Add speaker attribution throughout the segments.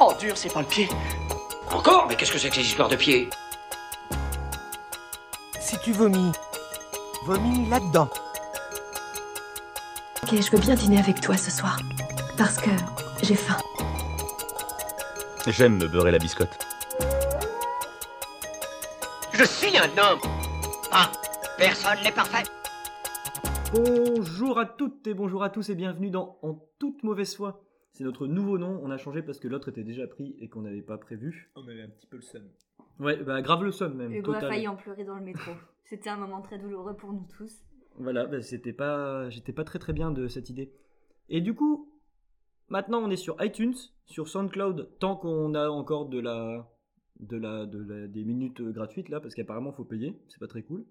Speaker 1: Oh, dur, c'est pas le pied.
Speaker 2: Encore Mais qu'est-ce que c'est que ces histoires de pieds
Speaker 3: Si tu vomis, vomis là-dedans.
Speaker 4: Ok, je veux bien dîner avec toi ce soir. Parce que j'ai faim.
Speaker 5: J'aime me beurrer la biscotte.
Speaker 2: Je suis un homme Ah Personne n'est parfait
Speaker 6: Bonjour à toutes et bonjour à tous et bienvenue dans En toute mauvaise foi. C'est notre nouveau nom, on a changé parce que l'autre était déjà pris et qu'on n'avait pas prévu.
Speaker 7: On avait un petit peu le seum.
Speaker 6: Ouais, bah grave le somme même.
Speaker 8: Hugo
Speaker 6: total.
Speaker 8: a failli en pleurer dans le métro. C'était un moment très douloureux pour nous tous.
Speaker 6: Voilà, bah, c'était pas, j'étais pas très très bien de cette idée. Et du coup, maintenant on est sur iTunes, sur SoundCloud, tant qu'on a encore de la, de la, de la- des minutes euh, gratuites là, parce qu'apparemment faut payer, c'est pas très cool.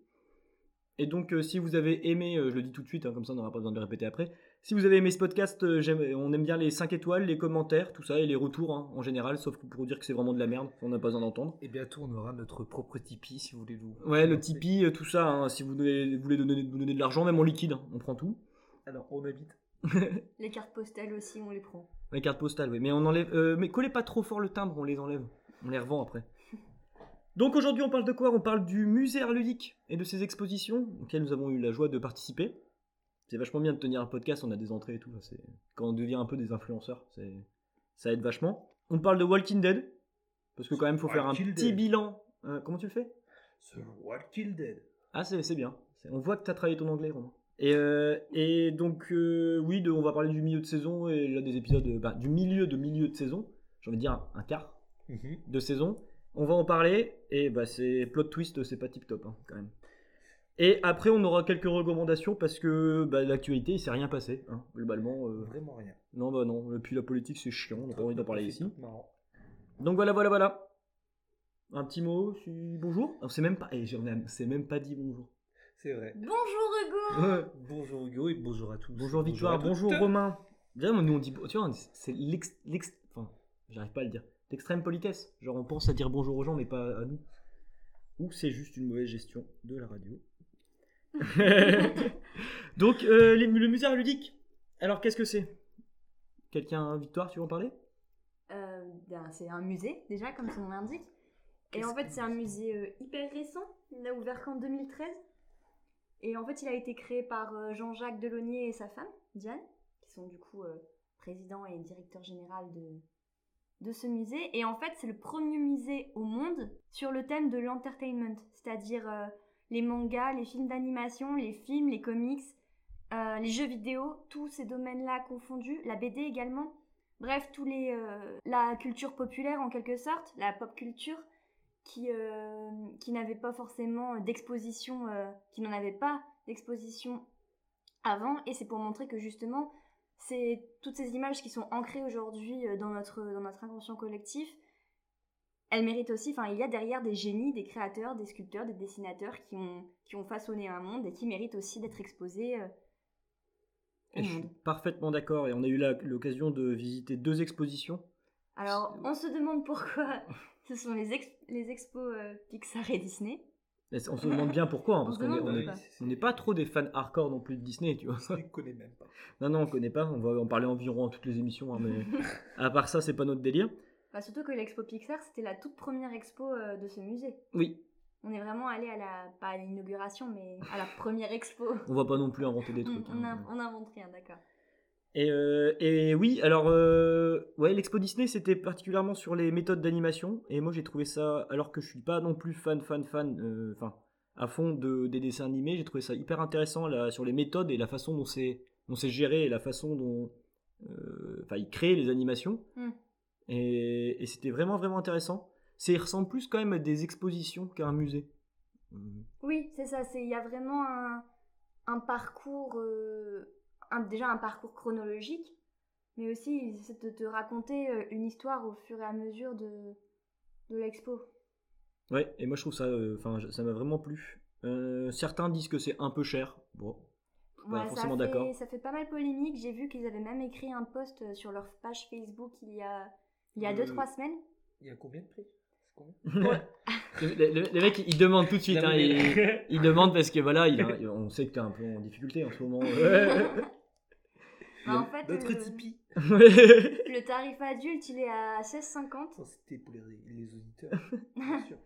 Speaker 6: Et donc euh, si vous avez aimé, euh, je le dis tout de suite, hein, comme ça on n'aura pas besoin de le répéter après. Si vous avez aimé ce podcast, euh, j'aime- on aime bien les 5 étoiles, les commentaires, tout ça, et les retours hein, en général, sauf pour dire que c'est vraiment de la merde, on n'a pas besoin d'entendre.
Speaker 7: Et bientôt, on aura notre propre Tipeee si vous voulez vous.
Speaker 6: Ouais, le Tipeee, euh, tout ça, hein, si vous voulez, vous voulez donner, nous donner de l'argent, même en liquide, hein, on prend tout.
Speaker 7: Alors, on invite.
Speaker 8: Les cartes postales aussi, on les prend.
Speaker 6: La carte postale, oui. Mais on enlève. euh, mais collez pas trop fort le timbre, on les enlève. On les revend après. Donc aujourd'hui, on parle de quoi On parle du musée art ludique et de ses expositions auxquelles nous avons eu la joie de participer. C'est vachement bien de tenir un podcast, on a des entrées et tout. c'est- Quand on devient un peu des influenceurs, c'est... ça aide vachement. On parle de Walking Dead, parce que quand même, faut faire un
Speaker 7: Walking
Speaker 6: petit
Speaker 7: Dead.
Speaker 6: bilan. Euh, comment tu le fais
Speaker 7: Ce Walking Dead.
Speaker 6: Ah, c'est c'est bien. C'est- On voit que tu as travaillé ton anglais, Romain. Et, euh, et donc, euh, oui, de- on va parler du milieu de saison et là des épisodes, euh, bah, du milieu de milieu de saison. J'ai envie de dire un, un quart de saison. On va en parler et bah, c'est plot twist, c'est pas tip top quand même. Et après, on aura quelques recommandations parce que bah, l'actualité, il s'est rien passé hein, globalement. euh,
Speaker 7: Vraiment rien.
Speaker 6: non, bah non. Et puis la politique, c'est chiant, on n'a pas envie d'en parler
Speaker 7: C'est
Speaker 6: ici.
Speaker 7: tout marrant.
Speaker 6: Donc voilà, voilà, voilà. Un petit mot, si- bonjour. On s'est même pas, et on s'est même pas dit bonjour.
Speaker 7: C'est vrai.
Speaker 8: Bonjour Hugo
Speaker 7: Bonjour Hugo et bonjour à tous.
Speaker 6: Bonjour Victoire,
Speaker 7: à toutes.
Speaker 6: bonjour, Romain. Viens, nous on dit, tu vois, c'est l'ex, l'ex- enfin, j'arrive pas à le dire, l'extrême politesse. Genre on pense à dire bonjour aux gens, mais pas à nous. Ou c'est juste une mauvaise gestion de la radio. Donc euh, les- le musée art ludique. Alors qu'est-ce que c'est Quelqu'un, Victoire, tu veux en parler
Speaker 8: Euh, ben, C'est un musée, déjà, comme son nom l'indique. Et
Speaker 7: Qu'est-ce
Speaker 8: en fait,
Speaker 7: que
Speaker 8: c'est un musée euh, hyper récent. Il n'a ouvert qu'en 2013. Et en fait, il a été créé par euh, Jean-Jacques Delaunay et sa femme, Diane, qui sont du coup euh, président et directeur général de, de ce musée. Et en fait, c'est le premier musée au monde sur le thème de l'entertainment, c'est-à-dire euh, les mangas, les films d'animation, les films, les comics, euh, les jeux vidéo, tous ces domaines-là confondus, la BD également. Bref, tous les, euh, la culture populaire en quelque sorte, la pop culture, qui, euh, qui n'avait pas forcément d'exposition, euh, qui n'en avait pas d'exposition avant. Et c'est pour montrer que justement, c'est toutes ces images qui sont ancrées aujourd'hui euh, dans notre, dans notre inconscient collectif, elles méritent aussi, enfin, il y a derrière des génies, des créateurs, des sculpteurs, des dessinateurs qui ont, qui ont façonné un monde et qui méritent aussi d'être exposés. euh, au
Speaker 6: Et Je suis
Speaker 8: monde.
Speaker 6: parfaitement d'accord et on a eu la- l'occasion de visiter deux expositions.
Speaker 8: Alors, on se demande pourquoi ce sont les, ex- les expos euh, Pixar et Disney.
Speaker 6: Et on se demande bien pourquoi, hein, parce
Speaker 8: Euh, On se
Speaker 6: qu'on est-
Speaker 8: demande
Speaker 6: on est-
Speaker 8: pourquoi.
Speaker 6: on n'est pas trop des fans hardcore non plus de Disney, tu vois.
Speaker 7: Je ne connais même pas.
Speaker 6: Non, non, on connaît pas. On va en parler environ à toutes les émissions, hein, mais à part ça, c'est pas notre délire.
Speaker 8: Bah, surtout que l'expo Pixar, c'était la toute première expo euh, de ce musée.
Speaker 6: Oui,
Speaker 8: On est vraiment allé à la, pas à l'inauguration, mais à la première expo.
Speaker 6: on va pas non plus inventer des
Speaker 8: On,
Speaker 6: trucs.
Speaker 8: on,
Speaker 6: hein.
Speaker 8: a- on invente rien, d'accord.
Speaker 6: Et, euh, et oui, alors, euh, ouais, l'expo Disney, c'était particulièrement sur les méthodes d'animation. Et moi, j'ai trouvé ça, alors que je suis pas non plus fan, fan, fan, euh, enfin, à fond de, des dessins animés, j'ai trouvé ça hyper intéressant là, sur les méthodes et la façon dont c'est dont c'est géré et la façon dont euh, enfin, ils créent les animations.
Speaker 8: Mm.
Speaker 6: Et, et c'était vraiment, vraiment intéressant. C'est, il ressemble plus quand même à des expositions qu'à un musée. Mm.
Speaker 8: Oui, c'est ça, c'est- il y a vraiment un, un parcours, euh, un- déjà un parcours chronologique, mais aussi ils essaient de te raconter euh, une histoire au fur et à mesure de, de l'expo.
Speaker 6: Ouais, et moi je trouve ça, euh, enfin, je- ça m'a vraiment plu. Euh, certains disent que c'est un peu cher. Bon, Pas
Speaker 8: Ouais, ça
Speaker 6: forcément
Speaker 8: fait-
Speaker 6: d'accord.
Speaker 8: Ça fait pas mal polémique. J'ai vu qu'ils avaient même écrit un post euh, sur leur page Facebook il y a il y a
Speaker 7: Euh,
Speaker 8: 2-3 semaines.
Speaker 7: Il y a combien de prix C'est combien
Speaker 6: le, le- le mec, il demande tout de suite.
Speaker 7: Non,
Speaker 6: hein, il,
Speaker 7: mais-
Speaker 6: il demande parce que voilà, il a- on sait que t'es un peu en difficulté en ce moment. euh. Puis
Speaker 8: en fait,
Speaker 7: Notre
Speaker 8: le-
Speaker 7: Tipeee.
Speaker 6: elle-
Speaker 8: Le tarif adulte, il est à 16,50.
Speaker 7: Ça, C'était pour les, les auditeurs. bien sûr.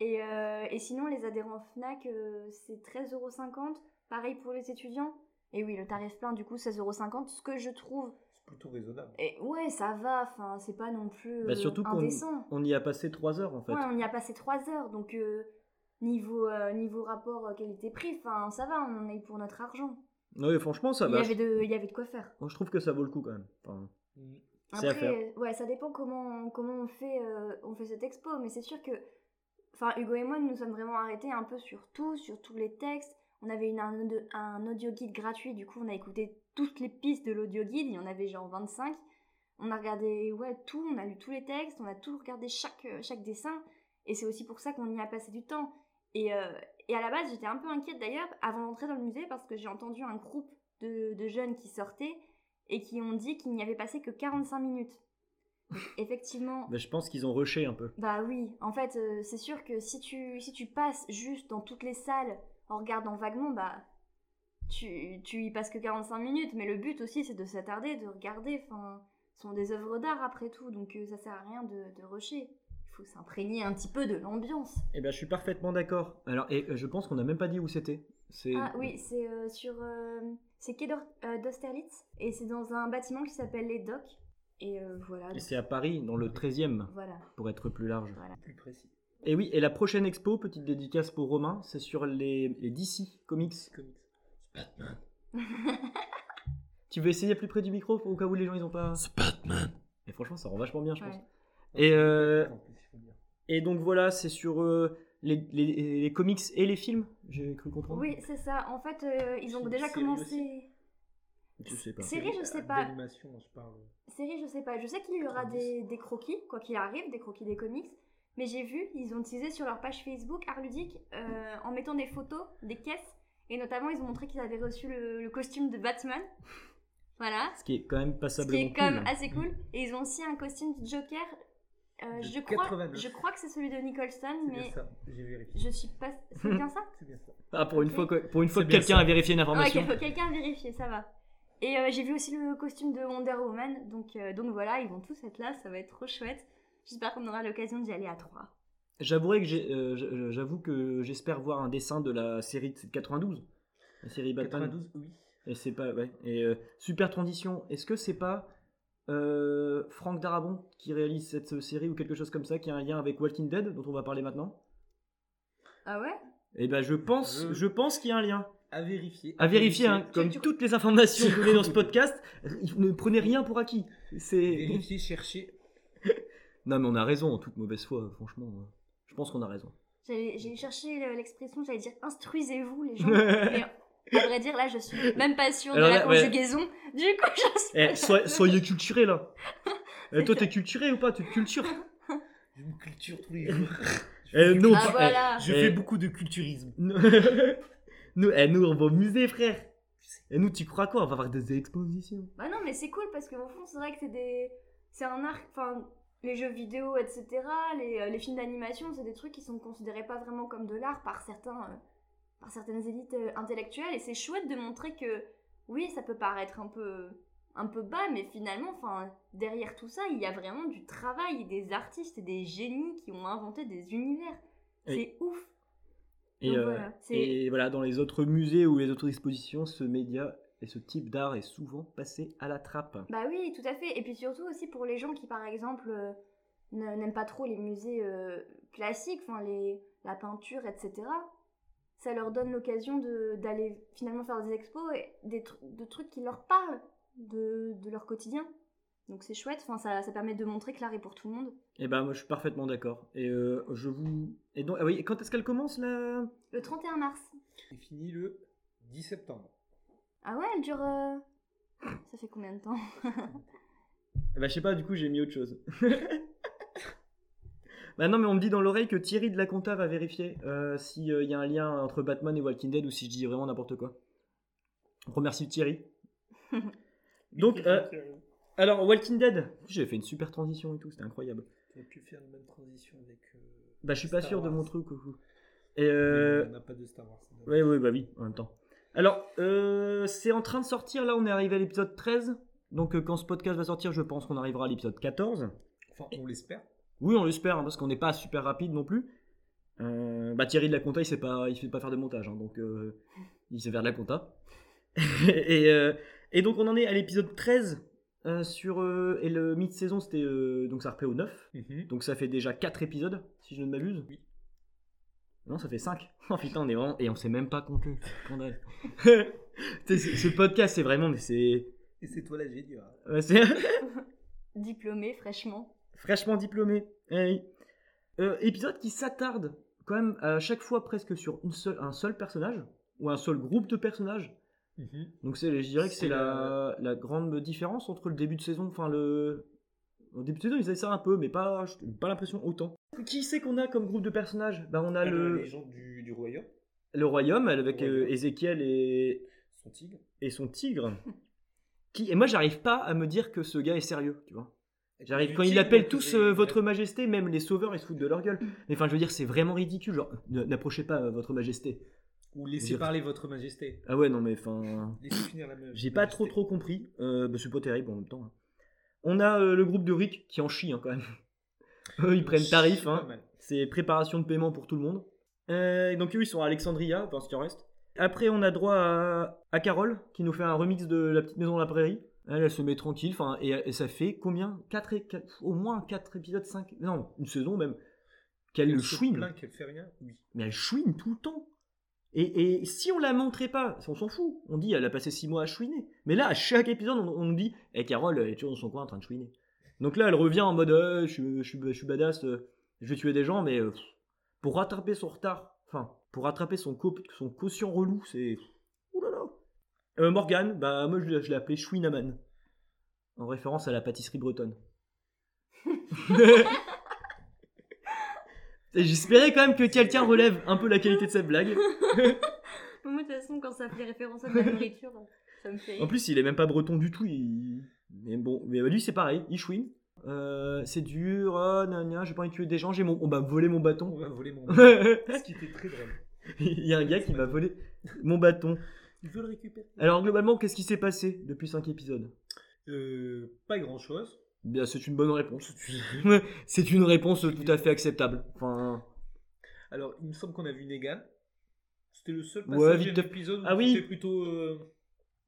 Speaker 8: Et, euh, et sinon, les adhérents Fnac, euh, c'est 13,50€. Pareil pour les étudiants. Et oui, le tarif plein, du coup, 16,50€. Ce que je trouve.
Speaker 7: C'est plutôt raisonnable.
Speaker 8: Et ouais, ça va, enfin, c'est pas non plus
Speaker 6: Bah,
Speaker 8: euh,
Speaker 6: surtout qu'on-
Speaker 8: indécent.
Speaker 6: on y a passé 3 heures en fait.
Speaker 8: Ouais, on y a passé 3 heures, donc euh, niveau, euh, niveau rapport euh, qualité-prix, enfin, ça va, on en est pour notre argent.
Speaker 6: Non, mais franchement, ça
Speaker 8: il,
Speaker 6: va.
Speaker 8: y avait de, il y avait de quoi faire.
Speaker 6: Moi, je trouve que ça vaut le coup quand même. Enfin,
Speaker 7: Mm.
Speaker 6: C'est à
Speaker 8: Après,
Speaker 6: faire.
Speaker 8: euh, ouais, ça dépend comment, comment on, fait, euh, on fait cette expo, mais c'est sûr que. Enfin, Hugo et moi, nous nous sommes vraiment arrêtés un peu sur tout, sur tous les textes. On avait une, un, audio- un audio guide gratuit, du coup, on a écouté toutes les pistes de l'audio guide, il y en avait genre 25. On a regardé ouais, tout, on a lu tous les textes, on a tout regardé chaque, euh, chaque dessin, et c'est aussi pour ça qu'on y a passé du temps. Et, euh, et à la base, j'étais un peu inquiète d'ailleurs avant d'entrer dans le musée parce que j'ai entendu un groupe de, de jeunes qui sortaient et qui ont dit qu'il n'y avait passé que 45 minutes. Donc, effectivement,
Speaker 6: mais je pense qu'ils ont rushé un peu.
Speaker 8: bah oui, en fait, euh, c'est sûr que si tu, si tu passes juste dans toutes les salles en regardant vaguement, bah tu, tu y passes que 45 minutes, mais le but aussi c'est de s'attarder, de regarder, enfin, ce sont des œuvres d'art après tout, donc euh, ça sert à rien de, de rusher. Il faut s'imprégner un petit peu de l'ambiance.
Speaker 6: Eh ben, je suis parfaitement d'accord. Alors, et euh, je pense qu'on n'a même pas dit où c'était. C'est
Speaker 8: Ah oui, c'est euh, sur. euh, c'est quai d'Or- euh, d'Austerlitz et c'est dans un bâtiment qui s'appelle les Docks. Et euh, voilà.
Speaker 6: Et
Speaker 8: donc,
Speaker 6: c'est à Paris, dans le 13e,
Speaker 8: Voilà.
Speaker 6: pour être plus large.
Speaker 7: Plus précis.
Speaker 6: Et oui, et la prochaine expo, petite dédicace pour Romain, c'est sur les, les DC Comics.
Speaker 7: Comics.
Speaker 6: Tu veux essayer plus près du micro, au cas où les gens ils ont pas.
Speaker 3: Batman.
Speaker 6: Et franchement, ça rend vachement bien, je pense.
Speaker 8: Ouais.
Speaker 6: Et, euh,
Speaker 7: En plus, il faut le dire.
Speaker 6: et donc voilà, c'est sur euh, les, les- les comics et les films, j'ai cru comprendre.
Speaker 8: Oui, c'est ça. En fait, euh, ils ont
Speaker 7: Série
Speaker 8: déjà
Speaker 7: aussi.
Speaker 8: commencé.
Speaker 6: Je sais pas.
Speaker 8: Série, je sais pas.
Speaker 7: D'animation, je parle.
Speaker 8: Série, je sais pas. Je sais qu'il y aura des, des croquis, quoi qu'il arrive, des croquis des comics. Mais j'ai vu, ils ont teasé sur leur page Facebook Art Ludique euh, en mettant des photos, des caisses. Et notamment, ils ont montré qu'ils avaient reçu le, le costume de Batman. Voilà.
Speaker 6: Ce qui est quand même
Speaker 8: Ce qui
Speaker 6: passablement
Speaker 8: est quand même
Speaker 6: cool.
Speaker 8: assez cool. Et ils ont aussi un costume de Joker. Euh,
Speaker 7: De
Speaker 8: je, crois,
Speaker 7: 89.
Speaker 8: je crois que c'est celui de Nicholson,
Speaker 7: C'est bien
Speaker 8: mais
Speaker 7: ça. J'ai vérifié.
Speaker 8: je suis pas. C'est bien ça
Speaker 7: C'est bien ça.
Speaker 6: Ah, pour une
Speaker 8: Ok. Ah,
Speaker 6: fois, que- pour une fois
Speaker 7: C'est
Speaker 6: que
Speaker 7: bien
Speaker 6: quelqu'un
Speaker 7: ça.
Speaker 6: a vérifié une
Speaker 8: Ouais,
Speaker 6: information.
Speaker 8: qu'il faut quelqu'un vérifier, ça va. Et euh, j'ai vu aussi le costume de Wonder Woman, donc, euh, donc voilà, ils vont tous être là, ça va être trop chouette. J'espère qu'on aura l'occasion d'y aller à trois.
Speaker 6: J'avouerai que j'ai- euh, j'- euh, j'avoue que j'espère voir un dessin de la série de c'est de 92. La série Batman.
Speaker 7: 92, oui.
Speaker 6: Et c'est pas ouais. Et euh, super transition. Est-ce que c'est pas euh, Franck Darabon qui réalise cette euh, série ou quelque chose comme ça qui a un lien avec Walking Dead dont on va parler maintenant
Speaker 8: Ah ouais
Speaker 6: Eh ben je pense,
Speaker 7: Je-
Speaker 6: je pense qu'il y a un lien.
Speaker 7: À vérifier.
Speaker 6: À vérifier, hein,
Speaker 7: Vérifier.
Speaker 6: comme
Speaker 8: tu-
Speaker 6: toutes les informations
Speaker 7: Tu-
Speaker 6: données dans ce podcast, ne prenez rien pour acquis. C'est
Speaker 7: Vérifier, chercher.
Speaker 6: non mais on a raison en toute mauvaise foi, franchement. hein. Je pense qu'on a raison.
Speaker 8: J'allais- J'ai cherché le- l'expression, j'allais dire instruisez-vous les gens. mais à vrai dire, là, je suis même pas sûre
Speaker 6: Alors
Speaker 8: de la
Speaker 6: là, ouais.
Speaker 8: conjugaison. Du coup, je suis.
Speaker 6: Eh, soy- soyez culturés là. Eh, toi t'es culturé ou pas Tu te cultures
Speaker 7: Je me culture tous les jours.
Speaker 6: Eh, nous,
Speaker 8: Ah
Speaker 6: eh,
Speaker 8: voilà
Speaker 7: Je
Speaker 6: Eh.
Speaker 7: fais beaucoup de culturisme.
Speaker 6: nous, nous, eh, nous, on va au musée frère. Et nous tu crois quoi On va voir des expositions.
Speaker 8: Bah non, mais c'est cool parce qu'au fond, c'est vrai que c'est des. C'est un art. Enfin, les jeux vidéo, etc., les, euh, les films d'animation, c'est des trucs qui sont considérés pas vraiment comme de l'art par certains. euh, par certaines élites euh, intellectuelles. Et c'est chouette de montrer que, oui, ça peut paraître un peu. un peu bas, mais finalement, enfin, derrière tout ça, il y a vraiment du travail et des artistes et des génies qui ont inventé des univers.
Speaker 6: Et-
Speaker 8: C'est ouf!
Speaker 6: Et,
Speaker 8: Donc
Speaker 6: euh,
Speaker 8: voilà, c'est-
Speaker 6: et voilà, dans les autres musées ou les autres expositions, ce média et ce type d'art est souvent passé à la trappe.
Speaker 8: Bah oui, tout à fait. Et puis surtout aussi pour les gens qui, par exemple, euh, ne- n'aiment pas trop les musées euh, classiques, enfin les, la peinture, etc. Ça leur donne l'occasion de- d'aller finalement faire des expos et des tru- de trucs qui leur parlent de, de leur quotidien. Donc c'est chouette. Enfin, ça, ça permet de montrer que l'art est pour tout le monde.
Speaker 6: Et ben moi je suis parfaitement d'accord. Et euh, je vous. Et donc, ah oui, quand est-ce qu'elle commence là
Speaker 8: Le 31 mars.
Speaker 7: C'est fini le 10 septembre.
Speaker 8: Ah ouais, elle dure. euh, Ça fait combien de temps
Speaker 6: Eh ben je sais pas, du coup j'ai mis autre chose. bah non, mais on me dit dans l'oreille que Thierry de la Conta va vérifier s'il y a un lien entre Batman et Walking Dead ou si je dis vraiment n'importe quoi. On remercie Thierry. donc, euh, alors Walking Dead, j'ai fait une super transition et tout, c'était incroyable.
Speaker 7: Tu as pu faire la même transition avec. euh,
Speaker 6: Bah, je suis pas
Speaker 7: Star
Speaker 6: sûr de
Speaker 7: Wars.
Speaker 6: mon truc. coucou. Et euh...
Speaker 7: On n'a pas de Star Wars. c'est dommage.
Speaker 6: Ouais, ouais, bah oui, en même temps. Alors, euh, c'est en train de sortir, là on est arrivé à l'épisode 13. Donc euh, quand ce podcast va sortir, je pense qu'on arrivera à l'épisode 14.
Speaker 7: Enfin, on l'espère.
Speaker 6: Oui, on l'espère, hein, parce qu'on n'est pas super rapide non plus. Euh, bah, Thierry de la compta, il sait pas, il sait pas faire de montage, hein, donc euh, il sait faire de la compta. et, euh, et donc on en est à l'épisode 13 euh, sur euh, et le mi-saison c'était euh, donc ça reprit au 9. Donc ça fait déjà 4 épisodes si je ne m'abuse. Oui. Non, ça fait 5. Oh putain, on est vraiment et on s'est même pas compté. Scandale. Tu sais, ce ce podcast c'est vraiment mais c'est
Speaker 7: Et c'est toi la génie. hein.
Speaker 6: ouais, c'est
Speaker 8: Diplômé fraîchement.
Speaker 6: fraîchement diplômé. Hey. Euh, épisode qui s'attarde quand même à chaque fois presque sur une seule, un seul personnage ou un seul groupe de personnages. Donc c'est, je dirais que c'est
Speaker 7: C'est
Speaker 6: la, la grande différence entre le début de saison, enfin le au début de saison ils faisaient ça un peu, mais pas j'ai pas l'impression autant. Qui c'est qu'on a comme groupe de personnages Bah on a
Speaker 7: Ah,
Speaker 6: le,
Speaker 7: Les gens du, du royaume,
Speaker 6: le royaume elle, avec
Speaker 7: Royaume.
Speaker 6: euh, Ézéchiel et,
Speaker 7: son tigre.
Speaker 6: et son tigre. qui et moi j'arrive pas à me dire que ce gars est sérieux, tu vois. J'arrive
Speaker 7: Du
Speaker 6: quand ils
Speaker 7: tigre,
Speaker 6: l'appellent
Speaker 7: on
Speaker 6: tous
Speaker 7: faisait-
Speaker 6: euh, votre majesté, même les sauveurs ils se foutent de leur gueule. Mais enfin je veux dire c'est vraiment ridicule, genre ne- n'approchez pas euh, votre majesté.
Speaker 7: Ou laissez
Speaker 6: Dire-
Speaker 7: parler votre majesté.
Speaker 6: Ah ouais non mais enfin
Speaker 7: Laissez finir la me-
Speaker 6: J'ai pas
Speaker 7: majesté.
Speaker 6: trop trop compris. Euh, bah, c'est pas terrible en même temps. hein. On a euh, le groupe de Rick qui en chie hein, quand même. Eux, ils prennent tarif.
Speaker 7: C'est
Speaker 6: hein.
Speaker 7: pas mal.
Speaker 6: C'est préparation de paiement pour tout le monde. Euh, et donc eux, ils sont à Alexandria, enfin ce qui en reste. Après, on a droit à, à Carole qui nous fait un remix de La Petite Maison de la Prairie. Elle, elle se met tranquille, enfin, et, et ça fait combien quatre, et- quatre- Au moins 4 épisodes, 5 Non, une saison même. Qu'elle
Speaker 7: Elle
Speaker 6: le
Speaker 7: se
Speaker 6: chouine
Speaker 7: plaint qu'elle fait rien. Oui.
Speaker 6: mais elle chouine tout le temps. Et, et si on la montrait pas, on s'en fout. On dit, elle a passé six mois à chouiner. Mais là, à chaque épisode, on, on nous dit, eh, Carole, elle est toujours dans son coin en train de chouiner. Donc là, elle revient en mode, Euh, je, suis- je suis- je suis badass, euh, je vais tuer des gens, mais euh, pff, pour rattraper son retard, enfin, pour rattraper son, co- son quotient relou, c'est. Oulala! Euh, Morgane, bah, moi, je, l'ai- je l'ai appelée Chouinaman. En référence à la pâtisserie bretonne. Et J'espérais quand même que quelqu'un relève un peu la qualité de cette blague.
Speaker 8: Moi, de toute façon, quand ça fait référence à de la nourriture, ça me fait.
Speaker 6: En plus, il est même pas breton du tout. il- Mais bon, mais bah, lui, c'est pareil, il chouine. Euh, c'est dur, oh, nan, nan, j'ai pas envie de tuer des gens, j'ai mon... on m'a volé mon
Speaker 7: On
Speaker 6: bâton.
Speaker 7: va voler mon. Ce qui était très drôle.
Speaker 6: il y a un gars qui m'a volé mon bâton.
Speaker 7: Il veut le récupérer.
Speaker 6: Alors, globalement, qu'est-ce qui s'est passé depuis 5 épisodes
Speaker 7: Euh, pas grand chose.
Speaker 6: Bien, c'est une bonne réponse. c'est une réponse tout à fait acceptable. Enfin,
Speaker 7: Alors, il me semble qu'on a vu Negan. C'était le seul
Speaker 6: Ouais,
Speaker 7: passage
Speaker 6: vite
Speaker 7: de
Speaker 6: de-
Speaker 7: l'épisode où
Speaker 6: Ah oui.
Speaker 7: c'était plutôt euh,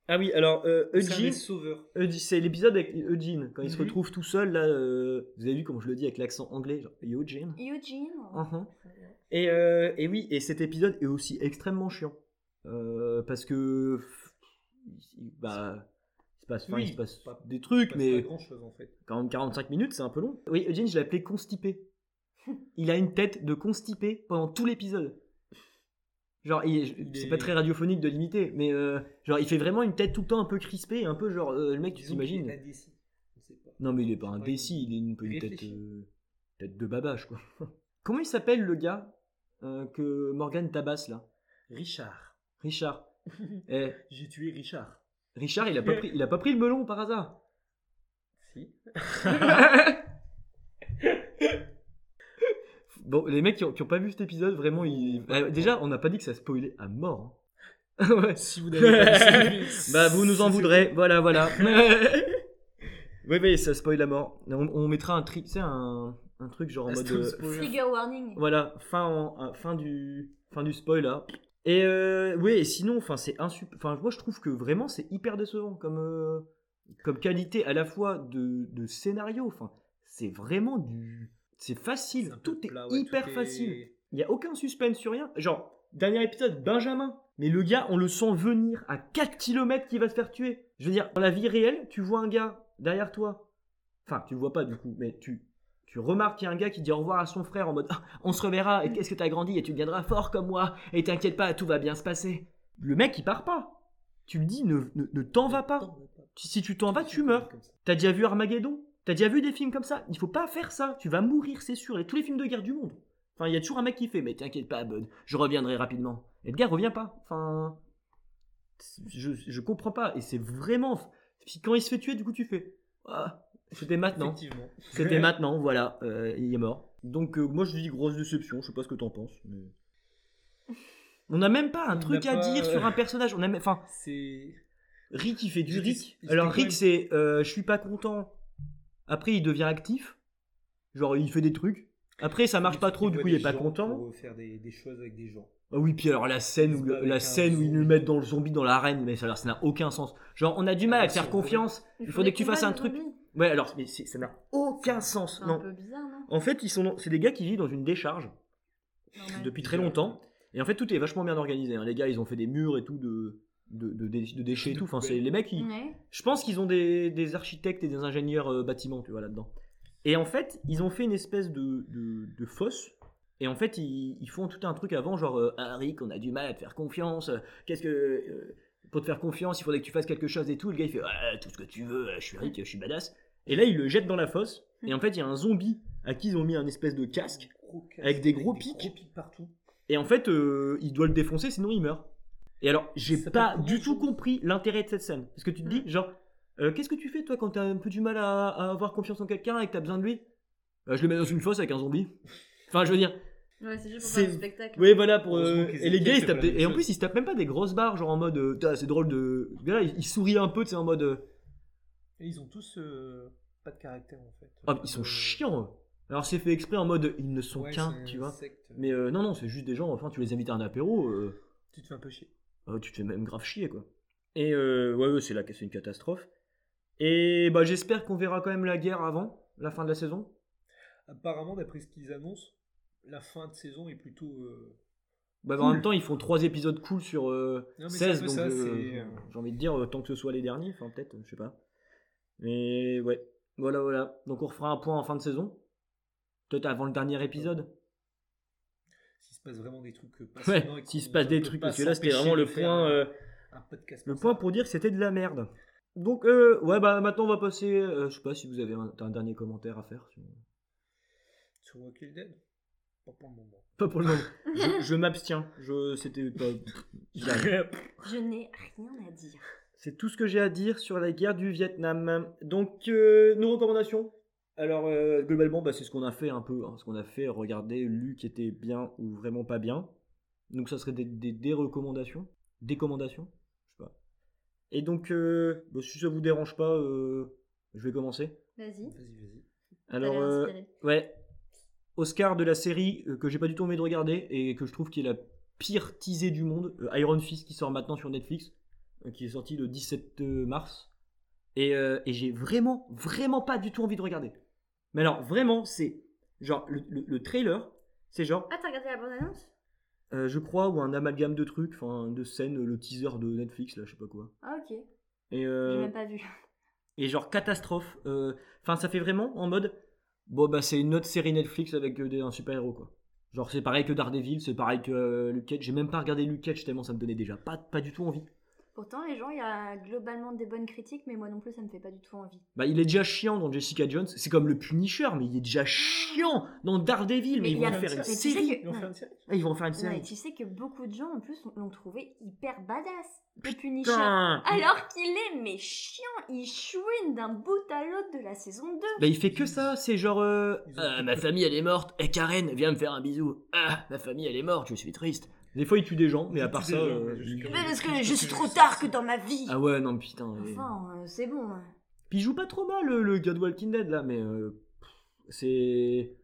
Speaker 6: ah oui, alors, euh,
Speaker 7: Eugene
Speaker 6: Eugene,
Speaker 7: sauveur.
Speaker 6: Eugene- c'est l'épisode avec Eugene, quand il se
Speaker 7: Mhm.
Speaker 6: retrouve tout seul, là, euh, vous avez vu comment je le dis avec l'accent anglais, genre, Eugene
Speaker 8: Eugene.
Speaker 6: Uhum. Mmh Et, euh, et oui, et cet épisode est aussi extrêmement chiant. Euh, parce que. pff, il- Bah, il se passe, enfin,
Speaker 7: Oui,
Speaker 6: il se passe
Speaker 7: pas-
Speaker 6: des
Speaker 7: Il
Speaker 6: trucs,
Speaker 7: passe
Speaker 6: mais
Speaker 7: Pas grand chose en fait.
Speaker 6: quand même 45 minutes, c'est un peu long. Oui, Eugene, je l'appelais constipé. Il a une tête de constipé pendant tout l'épisode. Genre, il- je-
Speaker 7: Il
Speaker 6: c'est
Speaker 7: est-
Speaker 6: pas très radiophonique de l'imiter, mais euh, genre, il fait vraiment une tête tout le temps un peu crispée, un peu genre euh, le mec, tu
Speaker 7: Disons qu'il est
Speaker 6: t'imagines.
Speaker 7: indécis. Je sais pas.
Speaker 6: Non, mais il est pas
Speaker 7: Je sais pas,
Speaker 6: indécis, il est une, une
Speaker 7: il
Speaker 6: tête,
Speaker 7: réfléchit.
Speaker 6: euh, tête de babache, quoi. Comment il s'appelle le gars euh, que Morgan tabasse, là
Speaker 7: Richard.
Speaker 6: Richard. Eh,
Speaker 7: J'ai tué Richard.
Speaker 6: Richard, il a, pas pris, il a pas pris le melon par hasard
Speaker 7: Si.
Speaker 6: Bon, les mecs qui ont, qui ont pas vu cet épisode, vraiment, ils... Euh, déjà, on n'a pas dit que ça spoilait à mort. hein. Ouais.
Speaker 7: Si vous n'avez pas vu-
Speaker 6: Bah, vous nous en voudrez, voilà, voilà. oui, oui, ça spoil à mort. On, on mettra un, tri... tu sais, un, un truc genre en mode...
Speaker 7: Astro
Speaker 6: euh,
Speaker 7: Spoiler.
Speaker 8: Trigger warning.
Speaker 6: Voilà, fin, en- euh, fin, du, fin du spoil là. Et euh, ouais, et sinon, enfin, c'est insup... Enfin, moi je trouve que vraiment c'est hyper décevant comme, euh, comme qualité à la fois de, de scénario. Enfin, c'est vraiment du. C'est
Speaker 7: C'est
Speaker 6: facile,
Speaker 7: un peu
Speaker 6: tout est
Speaker 7: plat, ouais,
Speaker 6: hyper
Speaker 7: tout est-
Speaker 6: facile. Il n'y a aucun suspense sur rien. Genre, dernier épisode, Benjamin. Mais le gars, on le sent venir à 4 km qu'il va se faire tuer. Je veux dire, dans la vie réelle, tu vois un gars derrière toi. Enfin, tu le vois pas du coup, mais tu, tu remarques qu'il y a un gars qui dit au revoir à son frère en mode Ah, On se reverra, et qu'est-ce que t'as grandi, et tu deviendras fort comme moi, et t'inquiète pas, tout va bien se passer. Le mec, il part pas. Tu le dis, ne, ne, ne t'en va pas. Si tu t'en vas, tu meurs.
Speaker 7: Comme ça.
Speaker 6: T'as déjà vu Armageddon T'as déjà vu des films comme ça Il faut pas faire ça, tu vas mourir, c'est sûr. Et tous les films de guerre du monde. Enfin, il y a toujours un mec qui fait, mais t'inquiète pas, Bud, je reviendrai rapidement. Et le gars revient pas. Enfin, je, je comprends pas. Et c'est vraiment. Puis Quand il se fait tuer, du coup, tu fais. Ah, c'était maintenant.
Speaker 7: Effectivement.
Speaker 6: C'était maintenant, voilà, euh, il est mort. Donc, euh, moi, je dis grosse déception, je sais pas ce que t'en penses. mais- On n'a même pas un
Speaker 7: On
Speaker 6: truc
Speaker 7: n'a
Speaker 6: à
Speaker 7: pas,
Speaker 6: dire
Speaker 7: euh,
Speaker 6: sur un personnage. On a même- enfin,
Speaker 7: C'est.
Speaker 6: Rick il fait du
Speaker 7: Il-
Speaker 6: Rick.
Speaker 7: il- il
Speaker 6: Alors
Speaker 7: fait quand
Speaker 6: Rick
Speaker 7: même-
Speaker 6: c'est euh, je suis pas content. Après il devient actif. Genre il fait des trucs. Après ça marche pas trop du
Speaker 7: voit
Speaker 6: coup il est
Speaker 7: des
Speaker 6: pas
Speaker 7: gens
Speaker 6: content.
Speaker 7: Pour faire des, des choses avec des gens.
Speaker 6: Ah oui puis alors la scène
Speaker 7: Il
Speaker 6: où
Speaker 7: se
Speaker 6: le-
Speaker 7: bat avec
Speaker 6: la
Speaker 7: un
Speaker 6: scène où ils nous
Speaker 7: zombie.
Speaker 6: mettent dans le zombie dans l'arène mais ça alors, ça n'a aucun sens. Genre on a du mal
Speaker 7: Ah,
Speaker 6: à te
Speaker 7: c'est
Speaker 6: faire
Speaker 7: vrai.
Speaker 6: confiance. Il faudrait que tu fasses un truc. Ouais alors mais c'est- ça n'a aucun sens.
Speaker 8: C'est un
Speaker 6: Non.
Speaker 8: peu bizarre, non
Speaker 6: En fait ils sont dans- c'est des gars qui vivent dans une décharge
Speaker 8: Normal.
Speaker 6: depuis très longtemps. Et en fait, tout est vachement bien organisé. hein. Les gars, ils ont fait des murs et tout de, de, de, dé- de déchets et tout. Enfin, c'est les mecs, ils-
Speaker 8: Ouais.
Speaker 6: je pense qu'ils ont des, des architectes et des ingénieurs euh, bâtiments, tu vois, là-dedans. Et en fait, ils ont fait une espèce de, de, de fosse. Et en fait, ils, ils font tout un truc avant, genre, euh, Ah, Rick, on a du mal à te faire confiance. Euh, Qu'est-ce que. euh, pour te faire confiance, il faudrait que tu fasses quelque chose et tout. Le gars, il fait Ouais, tout ce que tu veux, je suis Rick, je suis badass. Et là, il le jette dans la fosse. Et en fait, il y a un zombie à qui ils ont mis un espèce de casque.
Speaker 7: Gros casque,
Speaker 6: Avec des gros pics.
Speaker 7: partout.
Speaker 6: Et en fait, euh, il doit le défoncer, sinon il meurt. Et alors, j'ai
Speaker 7: Ça
Speaker 6: pas
Speaker 7: peut être
Speaker 6: du
Speaker 7: grand
Speaker 6: tout
Speaker 7: chose.
Speaker 6: compris l'intérêt de cette scène. Parce que tu te dis, genre, euh, qu'est-ce que tu fais toi quand t'as un peu du mal à, à avoir confiance en quelqu'un et que t'as besoin de lui Euh, Je le mets dans une fosse avec un zombie. Enfin, je veux dire,
Speaker 8: Ouais, c'est juste pour
Speaker 6: C'est-
Speaker 8: faire du spectacle.
Speaker 6: oui, voilà, pour.
Speaker 7: Heureusement
Speaker 6: euh,
Speaker 7: qu'ils
Speaker 6: et les
Speaker 7: étaient
Speaker 6: gars, ils se
Speaker 7: pas
Speaker 6: tapent.
Speaker 7: la
Speaker 6: des-
Speaker 7: même
Speaker 6: Et en
Speaker 7: chose.
Speaker 6: plus, ils se tapent même pas des grosses barres, genre en mode. euh, Putain, c'est drôle de. Le gars, Là, il, il sourit un peu, tu sais, en mode. euh,
Speaker 7: Et ils ont tous euh, pas de caractère en fait.
Speaker 6: Ah, ils sont
Speaker 7: Euh,
Speaker 6: chiants eux. Alors, c'est fait exprès en mode. Ils ne sont
Speaker 7: ouais,
Speaker 6: qu'un,
Speaker 7: c'est un
Speaker 6: tu vois.
Speaker 7: secte.
Speaker 6: Mais euh, non, non, c'est juste des gens, enfin, tu les invites à un apéro. euh,
Speaker 7: Tu te fais un peu chier.
Speaker 6: Euh, tu te fais même grave chier, quoi. Et euh, ouais, ouais, c'est la- c'est une catastrophe. Et bah, j'espère qu'on verra quand même la guerre avant la fin de la saison.
Speaker 7: Apparemment, d'après ce qu'ils annoncent, la fin de saison est plutôt. euh,
Speaker 6: Bah, En même temps, ils font trois épisodes cool sur euh,
Speaker 7: Non, mais c'est
Speaker 6: 16,
Speaker 7: un peu
Speaker 6: donc
Speaker 7: ça,
Speaker 6: euh,
Speaker 7: c'est, euh,
Speaker 6: j'ai envie de dire, euh, tant que ce soit les derniers, enfin peut-être, je sais pas. Mais ouais, voilà, voilà. Donc on refera un point en fin de saison. Peut-être avant le dernier épisode.
Speaker 7: S'il se passe vraiment des trucs euh,
Speaker 6: Ouais,
Speaker 7: passionnants. et
Speaker 6: s'il se
Speaker 7: qu'on
Speaker 6: passe des
Speaker 7: peut
Speaker 6: trucs,
Speaker 7: pas
Speaker 6: parce que là c'était
Speaker 7: s'empêcher
Speaker 6: vraiment
Speaker 7: de
Speaker 6: le
Speaker 7: faire
Speaker 6: point.
Speaker 7: un-
Speaker 6: euh,
Speaker 7: un podcast
Speaker 6: Le
Speaker 7: comme
Speaker 6: point
Speaker 7: ça.
Speaker 6: pour dire que c'était de la merde. Donc, euh, ouais, bah maintenant on va passer. euh, je sais pas si vous avez un, un dernier commentaire à faire. sur-
Speaker 7: Sur Walking Dead Pas pour le moment.
Speaker 6: Pas pour le moment. je je m'abstiens. Je, c'était pas. j'ai rien.
Speaker 8: Je n'ai rien à dire.
Speaker 6: C'est tout ce que j'ai à dire sur la guerre du Vietnam. Donc, euh, nos recommandations. Alors, euh, globalement, bah, c'est ce qu'on a fait un peu. hein, ce qu'on a fait, regarder, lu qui était bien ou vraiment pas bien. Donc, ça serait des, des, des recommandations. Des commandations Je sais pas. Et donc, euh, bah, si ça vous dérange pas, euh, je vais commencer.
Speaker 8: Vas-y.
Speaker 7: Vas-y, vas-y.
Speaker 6: Alors,
Speaker 8: T'as l'air
Speaker 6: euh,
Speaker 8: inspiré.
Speaker 6: ouais. Oscar de la série euh, que j'ai pas du tout envie de regarder et que je trouve qui est la pire teasée du monde, euh, Iron Fist qui sort maintenant sur Netflix, euh, qui est sorti le 17 mars. Et, euh, et j'ai vraiment, vraiment pas du tout envie de regarder. Mais alors, vraiment, c'est. Genre, le, le- le trailer, c'est genre,
Speaker 8: Ah, t'as regardé la bande-annonce Ah.
Speaker 6: euh, je crois, ou un amalgame de trucs, enfin, de scènes, le teaser de Netflix, là, je sais pas quoi.
Speaker 8: Ah, ok.
Speaker 6: Et,
Speaker 8: J'ai
Speaker 6: euh,
Speaker 8: même pas vu.
Speaker 6: et genre catastrophe. euh, Enfin, ça fait vraiment en mode bon bah c'est une autre série Netflix avec euh, des- un super héros quoi. Genre c'est pareil que Daredevil, c'est pareil que euh, Luke Cage. J'ai même pas regardé Luke Cage tellement ça me donnait déjà pas pas du tout envie.
Speaker 8: Pourtant, les gens, il y a globalement des bonnes critiques, mais moi non plus, ça me fait pas du tout envie.
Speaker 6: Bah il est déjà chiant dans Jessica Jones. C'est comme le Punisher, mais il est déjà chiant dans Daredevil. Mais,
Speaker 8: Mais
Speaker 6: ils
Speaker 8: il y
Speaker 6: vont en
Speaker 8: a-
Speaker 6: faire une
Speaker 8: mais tu sais
Speaker 6: série.
Speaker 8: que-
Speaker 7: Ils ont fait une série
Speaker 6: Ah, Ils vont en faire une
Speaker 8: Non, et
Speaker 6: série.
Speaker 8: tu sais que beaucoup de gens, en plus, l'ont trouvé hyper badass. Le Punisher.
Speaker 6: Putain.
Speaker 8: Alors qu'il est, mais chiant, il chouine d'un bout à l'autre de la saison 2.
Speaker 6: Bah il fait que ça, c'est genre euh,
Speaker 7: Ils ont-
Speaker 6: Ah, ma famille elle est morte, Eh, Karen viens me faire un bisou, ah ma famille elle est morte, je suis triste. Des fois il tue des gens, mais à
Speaker 7: Ils
Speaker 6: part
Speaker 7: tuent
Speaker 6: ça,
Speaker 7: des gens,
Speaker 6: euh,
Speaker 7: mais
Speaker 6: il-
Speaker 7: jusqu'à-
Speaker 8: Mais parce que je
Speaker 7: jusqu'à-
Speaker 8: suis trop tard que dans ma vie.
Speaker 6: ah ouais non putain. euh,
Speaker 8: Enfin, euh, c'est bon.
Speaker 6: Puis il joue pas trop mal le, le gars de Walking Dead là, mais euh, pff, c'est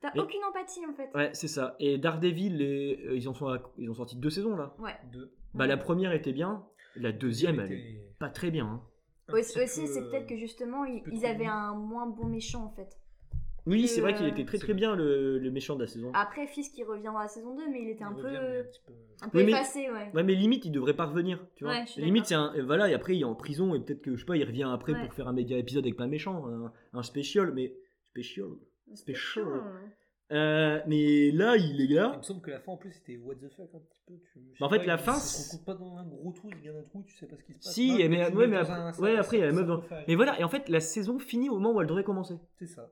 Speaker 8: T'as
Speaker 6: Mais-
Speaker 8: aucune empathie, en fait.
Speaker 6: ouais c'est ça. Et Daredevil, les- euh, ils en sont à- ils ont sorti deux saisons là.
Speaker 7: Deux.
Speaker 6: Bah la première était bien, la deuxième elle est
Speaker 7: était
Speaker 6: pas très bien. hein.
Speaker 7: un
Speaker 8: Aussi,
Speaker 7: petit
Speaker 8: aussi,
Speaker 7: peu,
Speaker 8: c'est peut-être que
Speaker 7: euh,
Speaker 8: justement, ils,
Speaker 7: peu
Speaker 8: ils
Speaker 7: trop
Speaker 8: avaient
Speaker 7: mou.
Speaker 8: un moins bon méchant, en fait.
Speaker 6: Oui
Speaker 8: Et,
Speaker 6: c'est vrai Ah.
Speaker 8: euh,
Speaker 6: qu'il était très très bien le, le méchant de la saison.
Speaker 8: Après, Fisk, il revient dans la saison 2, mais il était un
Speaker 7: il revient, mais un
Speaker 8: peu,
Speaker 7: petit peu-
Speaker 8: un peu
Speaker 6: Oui, mais-
Speaker 8: effacé, ouais.
Speaker 6: Ouais mais limite il devrait pas revenir, tu vois.
Speaker 8: Ouais, je suis
Speaker 6: limite c'est un euh, voilà et après il est en prison et peut-être que je sais pas il revient après
Speaker 8: Ouais.
Speaker 6: pour faire un méga épisode avec plein de méchants, un, un spécial mais spécial. C'était chaud.
Speaker 8: hein.
Speaker 6: Euh, mais là il est là.
Speaker 7: Il me semble que la fin en plus c'était what the fuck un petit peu. Tu... je sais
Speaker 6: en fait,
Speaker 7: pas,
Speaker 6: la
Speaker 7: ils
Speaker 6: fin,
Speaker 7: se retrouvent pas dans un gros trou, ils viennent dans un trou, tu sais pas ce qui se passe.
Speaker 6: Si,
Speaker 7: Non,
Speaker 6: et
Speaker 7: mais
Speaker 6: mais-
Speaker 7: tu
Speaker 6: ouais,
Speaker 7: mets
Speaker 6: mais
Speaker 7: dans
Speaker 6: après-
Speaker 7: un-
Speaker 6: ouais, après, il y a la meuf dans-
Speaker 7: sarcophage.
Speaker 6: Mais voilà et en fait la saison finit au moment où elle devrait commencer.
Speaker 7: C'est ça.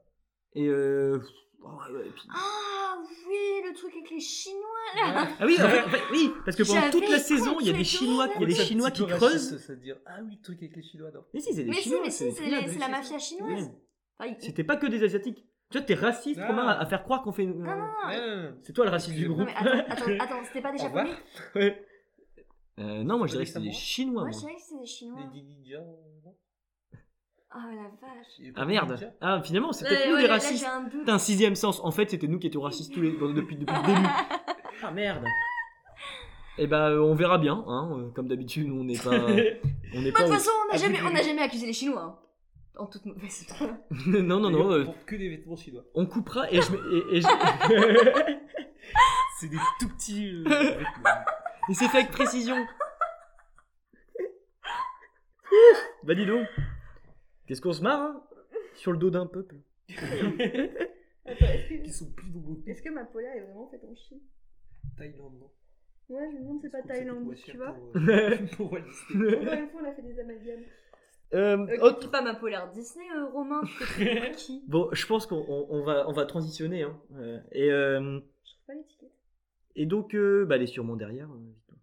Speaker 6: Et euh... oh, ouais, ouais, et puis-
Speaker 8: Ah oui, le truc avec les Chinois.
Speaker 6: Ah oui, en fait, en fait, oui, parce que pendant
Speaker 8: J'avais
Speaker 6: toute la
Speaker 8: cru
Speaker 6: saison, il y a
Speaker 8: que
Speaker 6: des
Speaker 8: tu
Speaker 6: Chinois, il y a des
Speaker 7: C'est un
Speaker 6: Chinois
Speaker 7: petit
Speaker 6: qui
Speaker 7: peu
Speaker 6: creusent.
Speaker 7: raciste, ça de dire ah oui, le truc avec les Chinois. Non.
Speaker 6: Mais si, c'est des
Speaker 8: Mais si,
Speaker 6: Chinois.
Speaker 8: mais
Speaker 6: c'est
Speaker 8: si,
Speaker 6: des
Speaker 8: c'est
Speaker 6: Chinois,
Speaker 8: les-
Speaker 6: des
Speaker 8: c'est la
Speaker 6: Chinois.
Speaker 8: mafia chinoise.
Speaker 6: Ouais.
Speaker 8: Enfin, ils-
Speaker 6: C'était pas que des Asiatiques. Tu vois, t'es raciste,
Speaker 7: Ah.
Speaker 6: Romain, à- à faire croire qu'on fait une.
Speaker 8: Non, non, non.
Speaker 7: Ah,
Speaker 6: C'est toi le raciste du
Speaker 8: Non,
Speaker 6: groupe.
Speaker 8: mais attends, attends, attends, c'était pas des
Speaker 7: Au revoir.
Speaker 8: japonais
Speaker 6: Ouais. Euh, non, moi je dirais que c'est
Speaker 7: Pas des
Speaker 6: des
Speaker 7: Samouraïs
Speaker 6: Chinois.
Speaker 8: Moi,
Speaker 6: Moi.
Speaker 8: je dirais que c'est des chinois.
Speaker 7: Lady Ninja. non
Speaker 8: Oh la vache.
Speaker 7: Il est pas
Speaker 6: Ah merde
Speaker 7: Ninja
Speaker 6: Ah finalement, c'est
Speaker 8: Ouais,
Speaker 6: peut-être nous
Speaker 8: ouais,
Speaker 6: les
Speaker 8: là, là,
Speaker 6: racistes.
Speaker 8: j'ai un doute.
Speaker 6: Putain, sixième sens. En fait, c'était nous qui étions racistes tous les... dans- depuis, depuis le début. Ah merde Eh ben, euh, on verra bien. Hein. euh, Comme d'habitude, nous, on n'est pas. On n'est
Speaker 8: Bah,
Speaker 6: pas.
Speaker 8: De toute
Speaker 6: au-
Speaker 8: façon, on n'a
Speaker 7: Ah,
Speaker 8: jamais,
Speaker 7: plus
Speaker 8: on
Speaker 7: que-
Speaker 8: n'a jamais accusé les Chinois. hein. En toute mauvaise foi.
Speaker 6: non, non,
Speaker 7: Et
Speaker 6: non.
Speaker 7: on
Speaker 6: euh,
Speaker 7: porte que des vêtements chinois.
Speaker 6: on coupera et je. Et, et je-
Speaker 7: C'est des tout petits euh, vêtements.
Speaker 6: Et c'est fait avec précision. bah dis donc. Qu'est-ce qu'on se marre hein Sur le dos d'un peuple.
Speaker 8: Est-ce
Speaker 7: qui sont plus nombreux que
Speaker 8: que ma polaire est vraiment faite en Chine
Speaker 7: Thaïlande. non
Speaker 8: Ouais, je me demande,
Speaker 7: Parce qu'on s'est fait moins cher pour, euh, pour Walt Disney.
Speaker 8: une fois, on a fait des amalgames.
Speaker 6: Euh,
Speaker 8: Euh,
Speaker 6: autre-
Speaker 8: C'est pas ma polaire Disney, euh, Romain. tu fais pour qui
Speaker 6: Bon, je pense qu'on on- on va, on va transitionner. hein. Euh, et, euh,
Speaker 8: Je trouve pas l'étiquette.
Speaker 6: et donc, euh, bah, elle est sûrement derrière, euh, Victoire.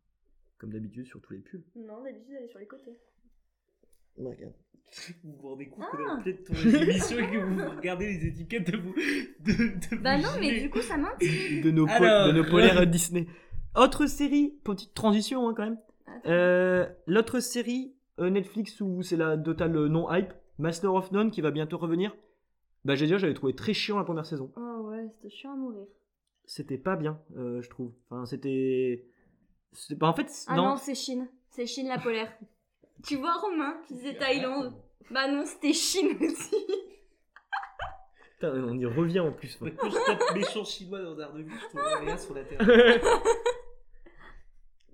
Speaker 6: Comme d'habitude, sur tous les pulls.
Speaker 8: Non, d'habitude, elle est sur les côtés.
Speaker 7: Vous vous rendez compte
Speaker 8: Ah.
Speaker 7: que dans peut-être ton émission et que vous regardez les étiquettes de vous. De, de
Speaker 8: Bah
Speaker 7: vos
Speaker 8: non, mais
Speaker 7: gilets.
Speaker 8: du coup, ça m'intéresse.
Speaker 6: De nos, po-
Speaker 7: Alors,
Speaker 6: de nos polaires
Speaker 7: euh,
Speaker 6: Disney. Autre série, petite transition hein, quand même.
Speaker 8: Attends.
Speaker 6: Euh, L'autre série euh, Netflix où c'est la totale euh, non-hype, Master of None qui va bientôt revenir. Bah, j'ai dit, j'avais trouvé très chiant la première saison.
Speaker 8: Oh ouais, c'était chiant à mourir.
Speaker 6: C'était pas bien, euh, je trouve. Enfin, c'était. c'était- Bah, en fait, c-
Speaker 8: Ah
Speaker 6: non.
Speaker 8: non, c'est Chine. C'est Chine la polaire. tu vois Romain qui disait
Speaker 7: Ah.
Speaker 8: Thaïlande. Bah non, c'était Chine aussi.
Speaker 6: Putain, on y revient en plus.
Speaker 7: Bah, quand je tape méchant chinois dans Daredevil, je trouve rien sur la terre.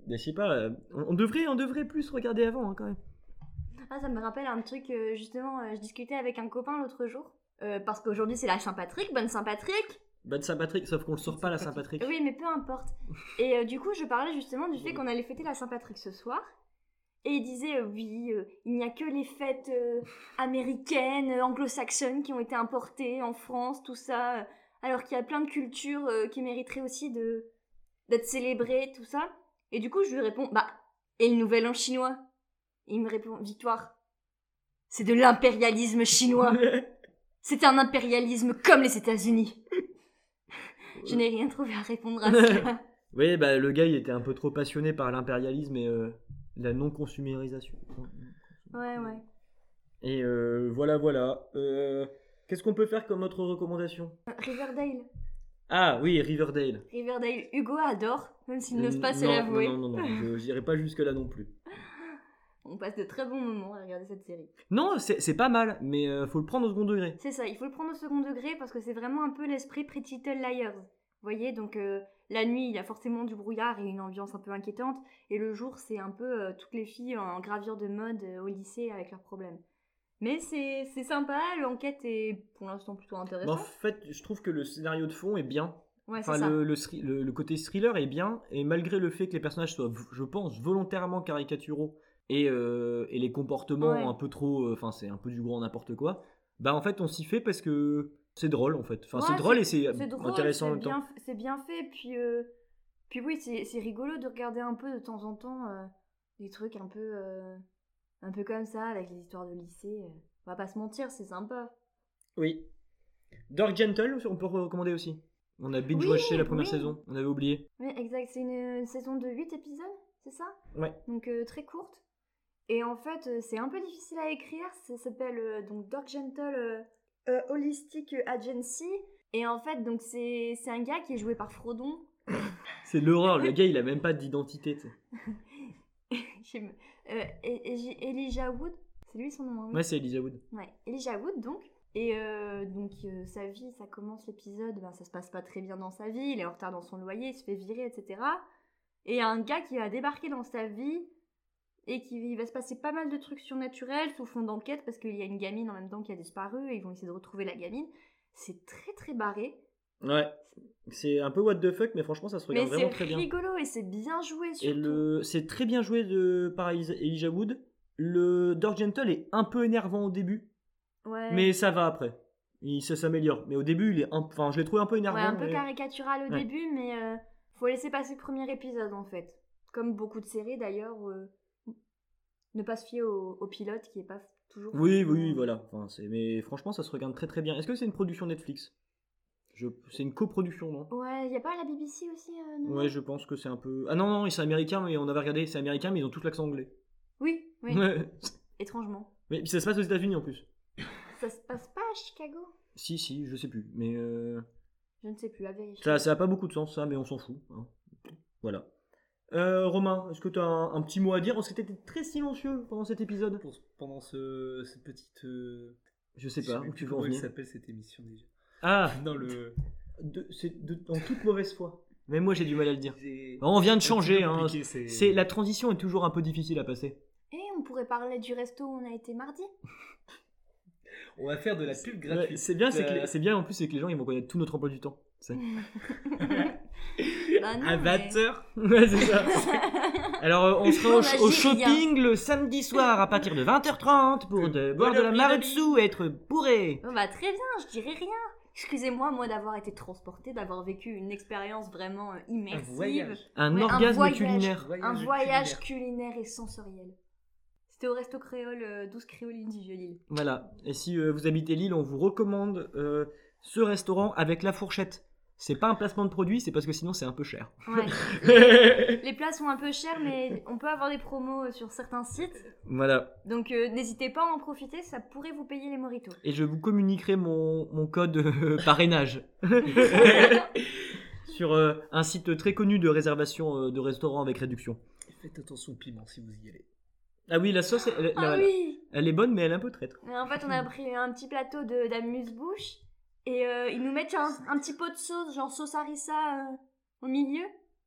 Speaker 6: Mais je sais pas, euh, on, on devrait, on devrait plus regarder avant hein, quand même.
Speaker 8: Ah, ça me rappelle un truc, euh, justement, euh, je discutais avec un copain l'autre jour. Euh, parce qu'aujourd'hui c'est la Saint-Patrick, bonne Saint-Patrick
Speaker 6: Bonne Saint-Patrick, sauf qu'on le sort pas la Saint-Patrick.
Speaker 8: Oui mais peu importe. Et euh, du coup je parlais justement du fait qu'on allait fêter la Saint-Patrick ce soir. Et il disait euh, oui, euh, il n'y a que les fêtes euh, américaines, euh, anglo-saxonnes qui ont été importées en France, tout ça. euh, alors qu'il y a plein de cultures euh, qui mériteraient aussi de d'être célébrées, tout ça. Et du coup je lui réponds bah et le nouvel an chinois Et il me répond victoire. C'est de l'impérialisme chinois. C'était un impérialisme comme les États-Unis. Je n'ai rien trouvé à répondre à ça.
Speaker 6: oui, bah le gars il était un peu trop passionné par l'impérialisme et euh, la non-consumérisation.
Speaker 8: Ouais, ouais.
Speaker 6: Et euh, voilà, voilà. Euh, Qu'est-ce qu'on peut faire comme autre recommandation
Speaker 8: Euh, Riverdale.
Speaker 6: Ah oui, Riverdale.
Speaker 8: Riverdale, Hugo adore, même s'il n'ose pas se
Speaker 6: Non,
Speaker 8: l'avouer.
Speaker 6: Non, non, non, non, je- j'irai pas jusque là non plus.
Speaker 8: On passe de très bons moments à regarder cette série.
Speaker 6: Non, c'est c'est pas mal, mais euh, faut le prendre au second degré.
Speaker 8: C'est ça, il faut le prendre au second degré parce que c'est vraiment un peu l'esprit Pretty Little Liars. Vous voyez, donc euh, la nuit, il y a forcément du brouillard et une ambiance un peu inquiétante. Et le jour, c'est un peu euh, toutes les filles en gravure de mode euh, au lycée avec leurs problèmes. Mais c'est c'est sympa, l'enquête est pour l'instant plutôt
Speaker 6: Mais en
Speaker 8: intéressante.
Speaker 6: fait, je trouve que le scénario de fond est bien.
Speaker 8: ouais, Ah, c'est
Speaker 6: Enfin,
Speaker 8: ça.
Speaker 6: le, le thri- le- le côté thriller est bien, et malgré le fait que les personnages soient, v- je pense, volontairement caricaturaux et, euh, et les comportements
Speaker 8: Ouais.
Speaker 6: un peu trop. euh, Enfin, c'est un peu du grand n'importe quoi. Bah, en fait, on s'y fait parce que c'est drôle, en fait. Enfin,
Speaker 8: Ouais,
Speaker 6: c'est drôle et c'est
Speaker 8: C'est drôle,
Speaker 6: intéressant en
Speaker 8: c'est
Speaker 6: même temps.
Speaker 8: bien, c'est bien fait. Puis, euh, puis oui, c'est c'est rigolo de regarder un peu de temps en temps euh, des trucs un peu, euh, un peu comme ça, avec les histoires de lycée. euh. On va pas se mentir, c'est sympa.
Speaker 6: Oui. Dark Gentle, on peut recommander aussi. On a binge watché
Speaker 8: Oui,
Speaker 6: la première
Speaker 8: oui.
Speaker 6: saison, on avait oublié.
Speaker 8: Oui, exact, c'est une, une saison de 8 épisodes, c'est ça
Speaker 6: Ouais.
Speaker 8: Donc euh, très courte. Et en fait, euh, c'est un peu difficile à écrire. Ça s'appelle euh, donc Dark Gentle euh, euh, Holistic Agency. Et en fait, donc c'est c'est un gars qui est joué par Frodon.
Speaker 6: C'est l'horreur, le gars il a même pas d'identité. tu sais.
Speaker 8: J'ai me- euh, et- et j'ai- Elijah Wood, c'est lui son nom. hein, oui.
Speaker 6: Ouais, c'est Elijah Wood.
Speaker 8: Ouais, Elijah Wood donc. Et euh, donc euh, sa vie, ça commence l'épisode, ben, ça se passe pas très bien dans sa vie, il est en retard dans son loyer, il se fait virer, etc. Et il y a un gars qui va débarquer dans sa vie et qui il va se passer pas mal de trucs surnaturels sous fond d'enquête parce qu'il y a une gamine en même temps qui a disparu et ils vont essayer de retrouver la gamine. C'est très très barré,
Speaker 6: Ouais. C'est un peu what the fuck, mais franchement, ça se
Speaker 8: mais
Speaker 6: regarde
Speaker 8: c'est
Speaker 6: vraiment très bien.
Speaker 8: rigolo et c'est bien joué
Speaker 6: Et
Speaker 8: surtout.
Speaker 6: le, c'est très bien joué de par Elisa- Elijah Wood. Le Door Gentle est un peu énervant au début,
Speaker 8: Ouais.
Speaker 6: mais ça va après. Il ça s'améliore. Mais au début, il est un- enfin, je l'ai trouvé un peu énervant.
Speaker 8: Ouais, un peu
Speaker 6: mais-
Speaker 8: caricatural au
Speaker 6: Ouais.
Speaker 8: début, mais euh, faut laisser passer le premier épisode en fait. Comme beaucoup de séries d'ailleurs, euh, ne pas se fier au, au pilote qui est pas toujours. euh.
Speaker 6: Oui,
Speaker 8: forcément-
Speaker 6: oui, voilà. Enfin, c'est- mais franchement, ça se regarde très très bien. Est-ce que c'est une production Netflix Je... C'est une coproduction, non
Speaker 8: Ouais, y a pas la BBC aussi euh, non
Speaker 6: Ouais, je pense que c'est un peu. Ah non, non, c'est américain, mais on avait regardé, c'est américain, mais ils ont tous l'accent anglais.
Speaker 8: Oui, oui,
Speaker 6: Ouais.
Speaker 8: étrangement.
Speaker 6: mais puis ça se passe aux États-Unis en plus.
Speaker 8: Ça se passe pas à Chicago
Speaker 6: Si, si, je sais plus. Mais euh,
Speaker 8: Je ne sais plus, à vérifier.
Speaker 6: ça, ça a pas beaucoup de sens, ça, mais on s'en fout. hein. Voilà. Euh, Romain, est-ce que tu as un, un petit mot à dire Parce que t'étais très silencieux pendant cet épisode.
Speaker 7: Pour- pendant ce, cette petite. euh,
Speaker 6: Je sais
Speaker 7: je
Speaker 6: pas
Speaker 7: plus
Speaker 6: où tu veux en
Speaker 7: comment elle
Speaker 6: venir.
Speaker 7: s'appelle cette émission déjà.
Speaker 6: Ah,
Speaker 7: Non, le.
Speaker 6: de- c'est de- en toute mauvaise foi. Mais moi, j'ai du mal à le dire.
Speaker 7: j'ai-
Speaker 6: On vient de
Speaker 7: c'est
Speaker 6: changer,
Speaker 7: un peu
Speaker 6: hein.
Speaker 7: compliqué, c'est-
Speaker 6: C'est la transition est toujours un peu difficile à passer.
Speaker 8: Et Eh, on pourrait parler du resto où on a été mardi
Speaker 7: On va faire de la pub
Speaker 6: Ouais,
Speaker 7: gratuite.
Speaker 6: c'est bien, c'est que
Speaker 7: Euh,
Speaker 6: les- c'est bien en plus, c'est que les gens ils vont connaître tout notre emploi du temps. C'est-
Speaker 8: Bah non,
Speaker 7: à
Speaker 8: mais-
Speaker 7: 20h.
Speaker 6: Ouais, c'est ça. Alors, euh, on sera
Speaker 8: On
Speaker 6: au,
Speaker 8: a
Speaker 6: au
Speaker 8: dit
Speaker 6: shopping le samedi soir à partir de 20h30 pour de- boire de la marutsu et être bourré.
Speaker 8: Bon bah très bien, je dirais rien. Excusez-moi, moi, d'avoir été transportée, d'avoir vécu une expérience vraiment euh,
Speaker 7: Un
Speaker 8: immersive.
Speaker 7: voyage.
Speaker 6: Un
Speaker 8: Ouais, un
Speaker 6: orgasme
Speaker 8: voyage.
Speaker 6: culinaire.
Speaker 8: Un voyage culinaire et sensoriel. C'était au resto créole euh, 12 créolines du Vieux-Lille.
Speaker 6: Voilà. Et si euh, vous habitez Lille, on vous recommande euh, ce restaurant avec la fourchette. C'est pas un placement de produit, c'est parce que sinon c'est un peu cher.
Speaker 8: Ouais. Les plats sont un peu chers, mais on peut avoir des promos euh, sur certains sites.
Speaker 6: Voilà.
Speaker 8: Donc euh, n'hésitez pas à en profiter, ça pourrait vous payer les moritos.
Speaker 6: Et je vous communiquerai mon, mon code euh, parrainage sur euh, un site très connu de réservation euh, de restaurants avec réduction.
Speaker 7: Faites attention au piment si vous y allez.
Speaker 6: Ah oui, la sauce, elle, elle- la-
Speaker 8: Ah oui
Speaker 6: elle est bonne, mais elle est un peu traître.
Speaker 8: Mais En fait, on a pris un petit plateau de- d'amuse-bouche et euh, ils nous mettent un, un petit pot de sauce, genre sauce harissa euh, au milieu.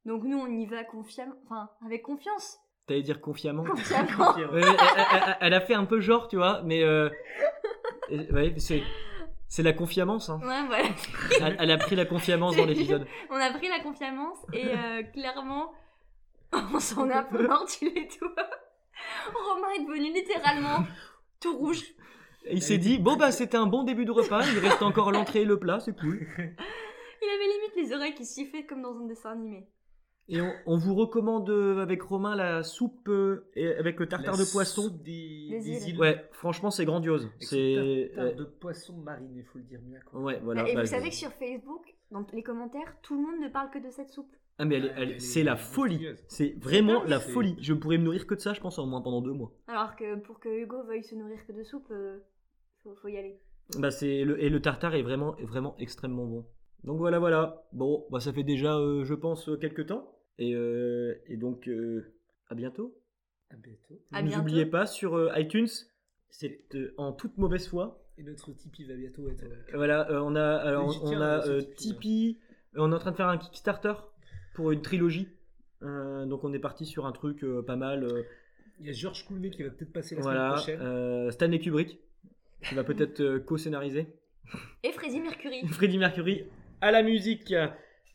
Speaker 8: Donc nous, on y va confiam- enfin, avec confiance.
Speaker 6: T'allais dire confiamment.
Speaker 8: Confiamment.
Speaker 6: Ouais, elle, elle- elle- elle a fait un peu genre, tu vois, mais euh, euh, ouais, c'est c'est la confiance. Hein.
Speaker 8: Ouais, voilà.
Speaker 6: Elle, elle a pris la confiance dans l'épisode.
Speaker 8: On a pris la confiance et euh, clairement, on s'en a un peu mordu les doigts. Romain est devenu littéralement tout rouge.
Speaker 6: Et Il s'est dit bon bah c'était un bon début de repas. Il reste encore l'entrée et le plat, c'est cool.
Speaker 8: Il avait limite les oreilles qui sifflaient comme dans un dessin animé.
Speaker 6: Et on, on vous recommande euh, avec Romain la soupe euh, et avec le tartare
Speaker 7: La
Speaker 6: de poisson.
Speaker 7: soupe Des,
Speaker 8: Des
Speaker 7: des
Speaker 8: îles.
Speaker 7: îles.
Speaker 6: Ouais, franchement c'est grandiose.
Speaker 7: Avec
Speaker 6: C'est euh,
Speaker 7: son tartare de poisson mariné, faut le dire bien. Quoi.
Speaker 6: ouais voilà.
Speaker 8: et
Speaker 6: bah,
Speaker 8: vous
Speaker 6: je-
Speaker 8: savez que sur Facebook, dans les commentaires, tout le monde ne parle que de cette soupe.
Speaker 6: Ah, mais elle est- elle-
Speaker 7: Elle est-
Speaker 6: c'est la
Speaker 7: elle est
Speaker 6: folie.
Speaker 7: monstrueuse.
Speaker 6: C'est vraiment
Speaker 7: dingue,
Speaker 6: la
Speaker 7: c'est-
Speaker 6: folie. Je pourrais me nourrir que de ça, je pense, au moins pendant deux mois.
Speaker 8: Alors que pour que Hugo veuille se nourrir que de soupe, euh, faut, faut y aller.
Speaker 6: Bah c'est le et le tartare est vraiment vraiment extrêmement bon. Donc voilà voilà. Bon bah ça fait déjà euh, je pense euh, quelques temps et euh, et donc euh, à bientôt.
Speaker 7: À bientôt.
Speaker 8: À bientôt.
Speaker 6: N'oubliez pas sur euh, iTunes c'est euh, en toute mauvaise foi.
Speaker 7: Et notre Tipeee va bientôt être.
Speaker 6: Voilà euh, on a alors
Speaker 7: Oui, j'y
Speaker 6: on
Speaker 7: tiens,
Speaker 6: a
Speaker 7: ce
Speaker 6: euh,
Speaker 7: Tipeee,
Speaker 6: Tipeee. Euh, On est en train de faire un Kickstarter pour une trilogie. Euh, donc on est parti sur un truc euh, pas mal. euh,
Speaker 7: Il y a Georges Coulmé qui va peut-être passer la
Speaker 6: voilà.
Speaker 7: semaine prochaine.
Speaker 6: euh, Stanley Kubrick qui va peut-être euh, co-scénariser.
Speaker 8: Et Freddy Mercury.
Speaker 6: Freddie Mercury à la musique.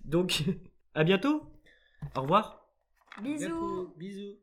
Speaker 6: Donc, à bientôt. Au revoir.
Speaker 8: Bisous.
Speaker 7: Bientôt. Bisous.